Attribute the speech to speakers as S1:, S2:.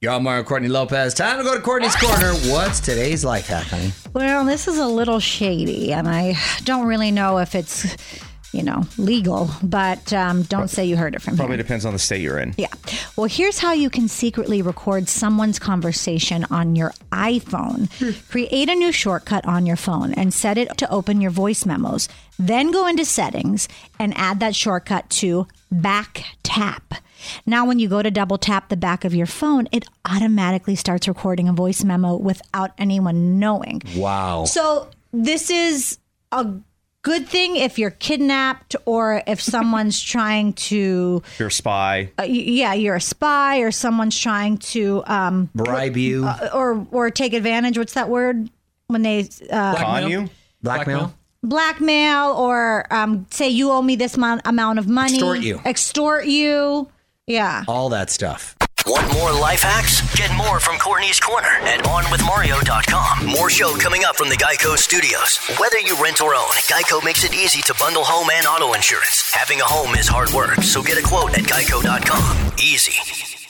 S1: You're on Mario Courtney Lopez. Time to go to Courtney's Corner. What's today's life hack, honey?
S2: Well, this is a little shady, and I don't really know if it's, you know, legal, but um, don't say you heard it from
S3: Probably
S2: him.
S3: depends on the state you're in.
S2: Yeah. Well, here's how you can secretly record someone's conversation on your iPhone. Create a new shortcut on your phone and set it to open your voice memos. Then go into settings and add that shortcut to back tap. Now, when you go to double tap the back of your phone, it automatically starts recording a voice memo without anyone knowing.
S1: Wow.
S2: So this is a good thing if you're kidnapped or if someone's trying to,
S3: If you're a spy,
S2: uh, y- yeah, you're a spy or someone's trying to, um,
S1: Bribe you,
S2: or or take advantage. What's that word when they uh,
S3: con you,
S1: blackmail.
S2: blackmail or um, say you owe me this mon- amount of money,
S1: Extort you.
S2: extort you. Yeah.
S1: all that stuff.
S4: Want more life hacks? Get more from Courtney's Corner at OnWithMario.com. More show coming up from the Geico Studios. Whether you rent or own, Geico makes it easy to bundle home and auto insurance. Having a home is hard work, so get a quote at Geico.com. Easy.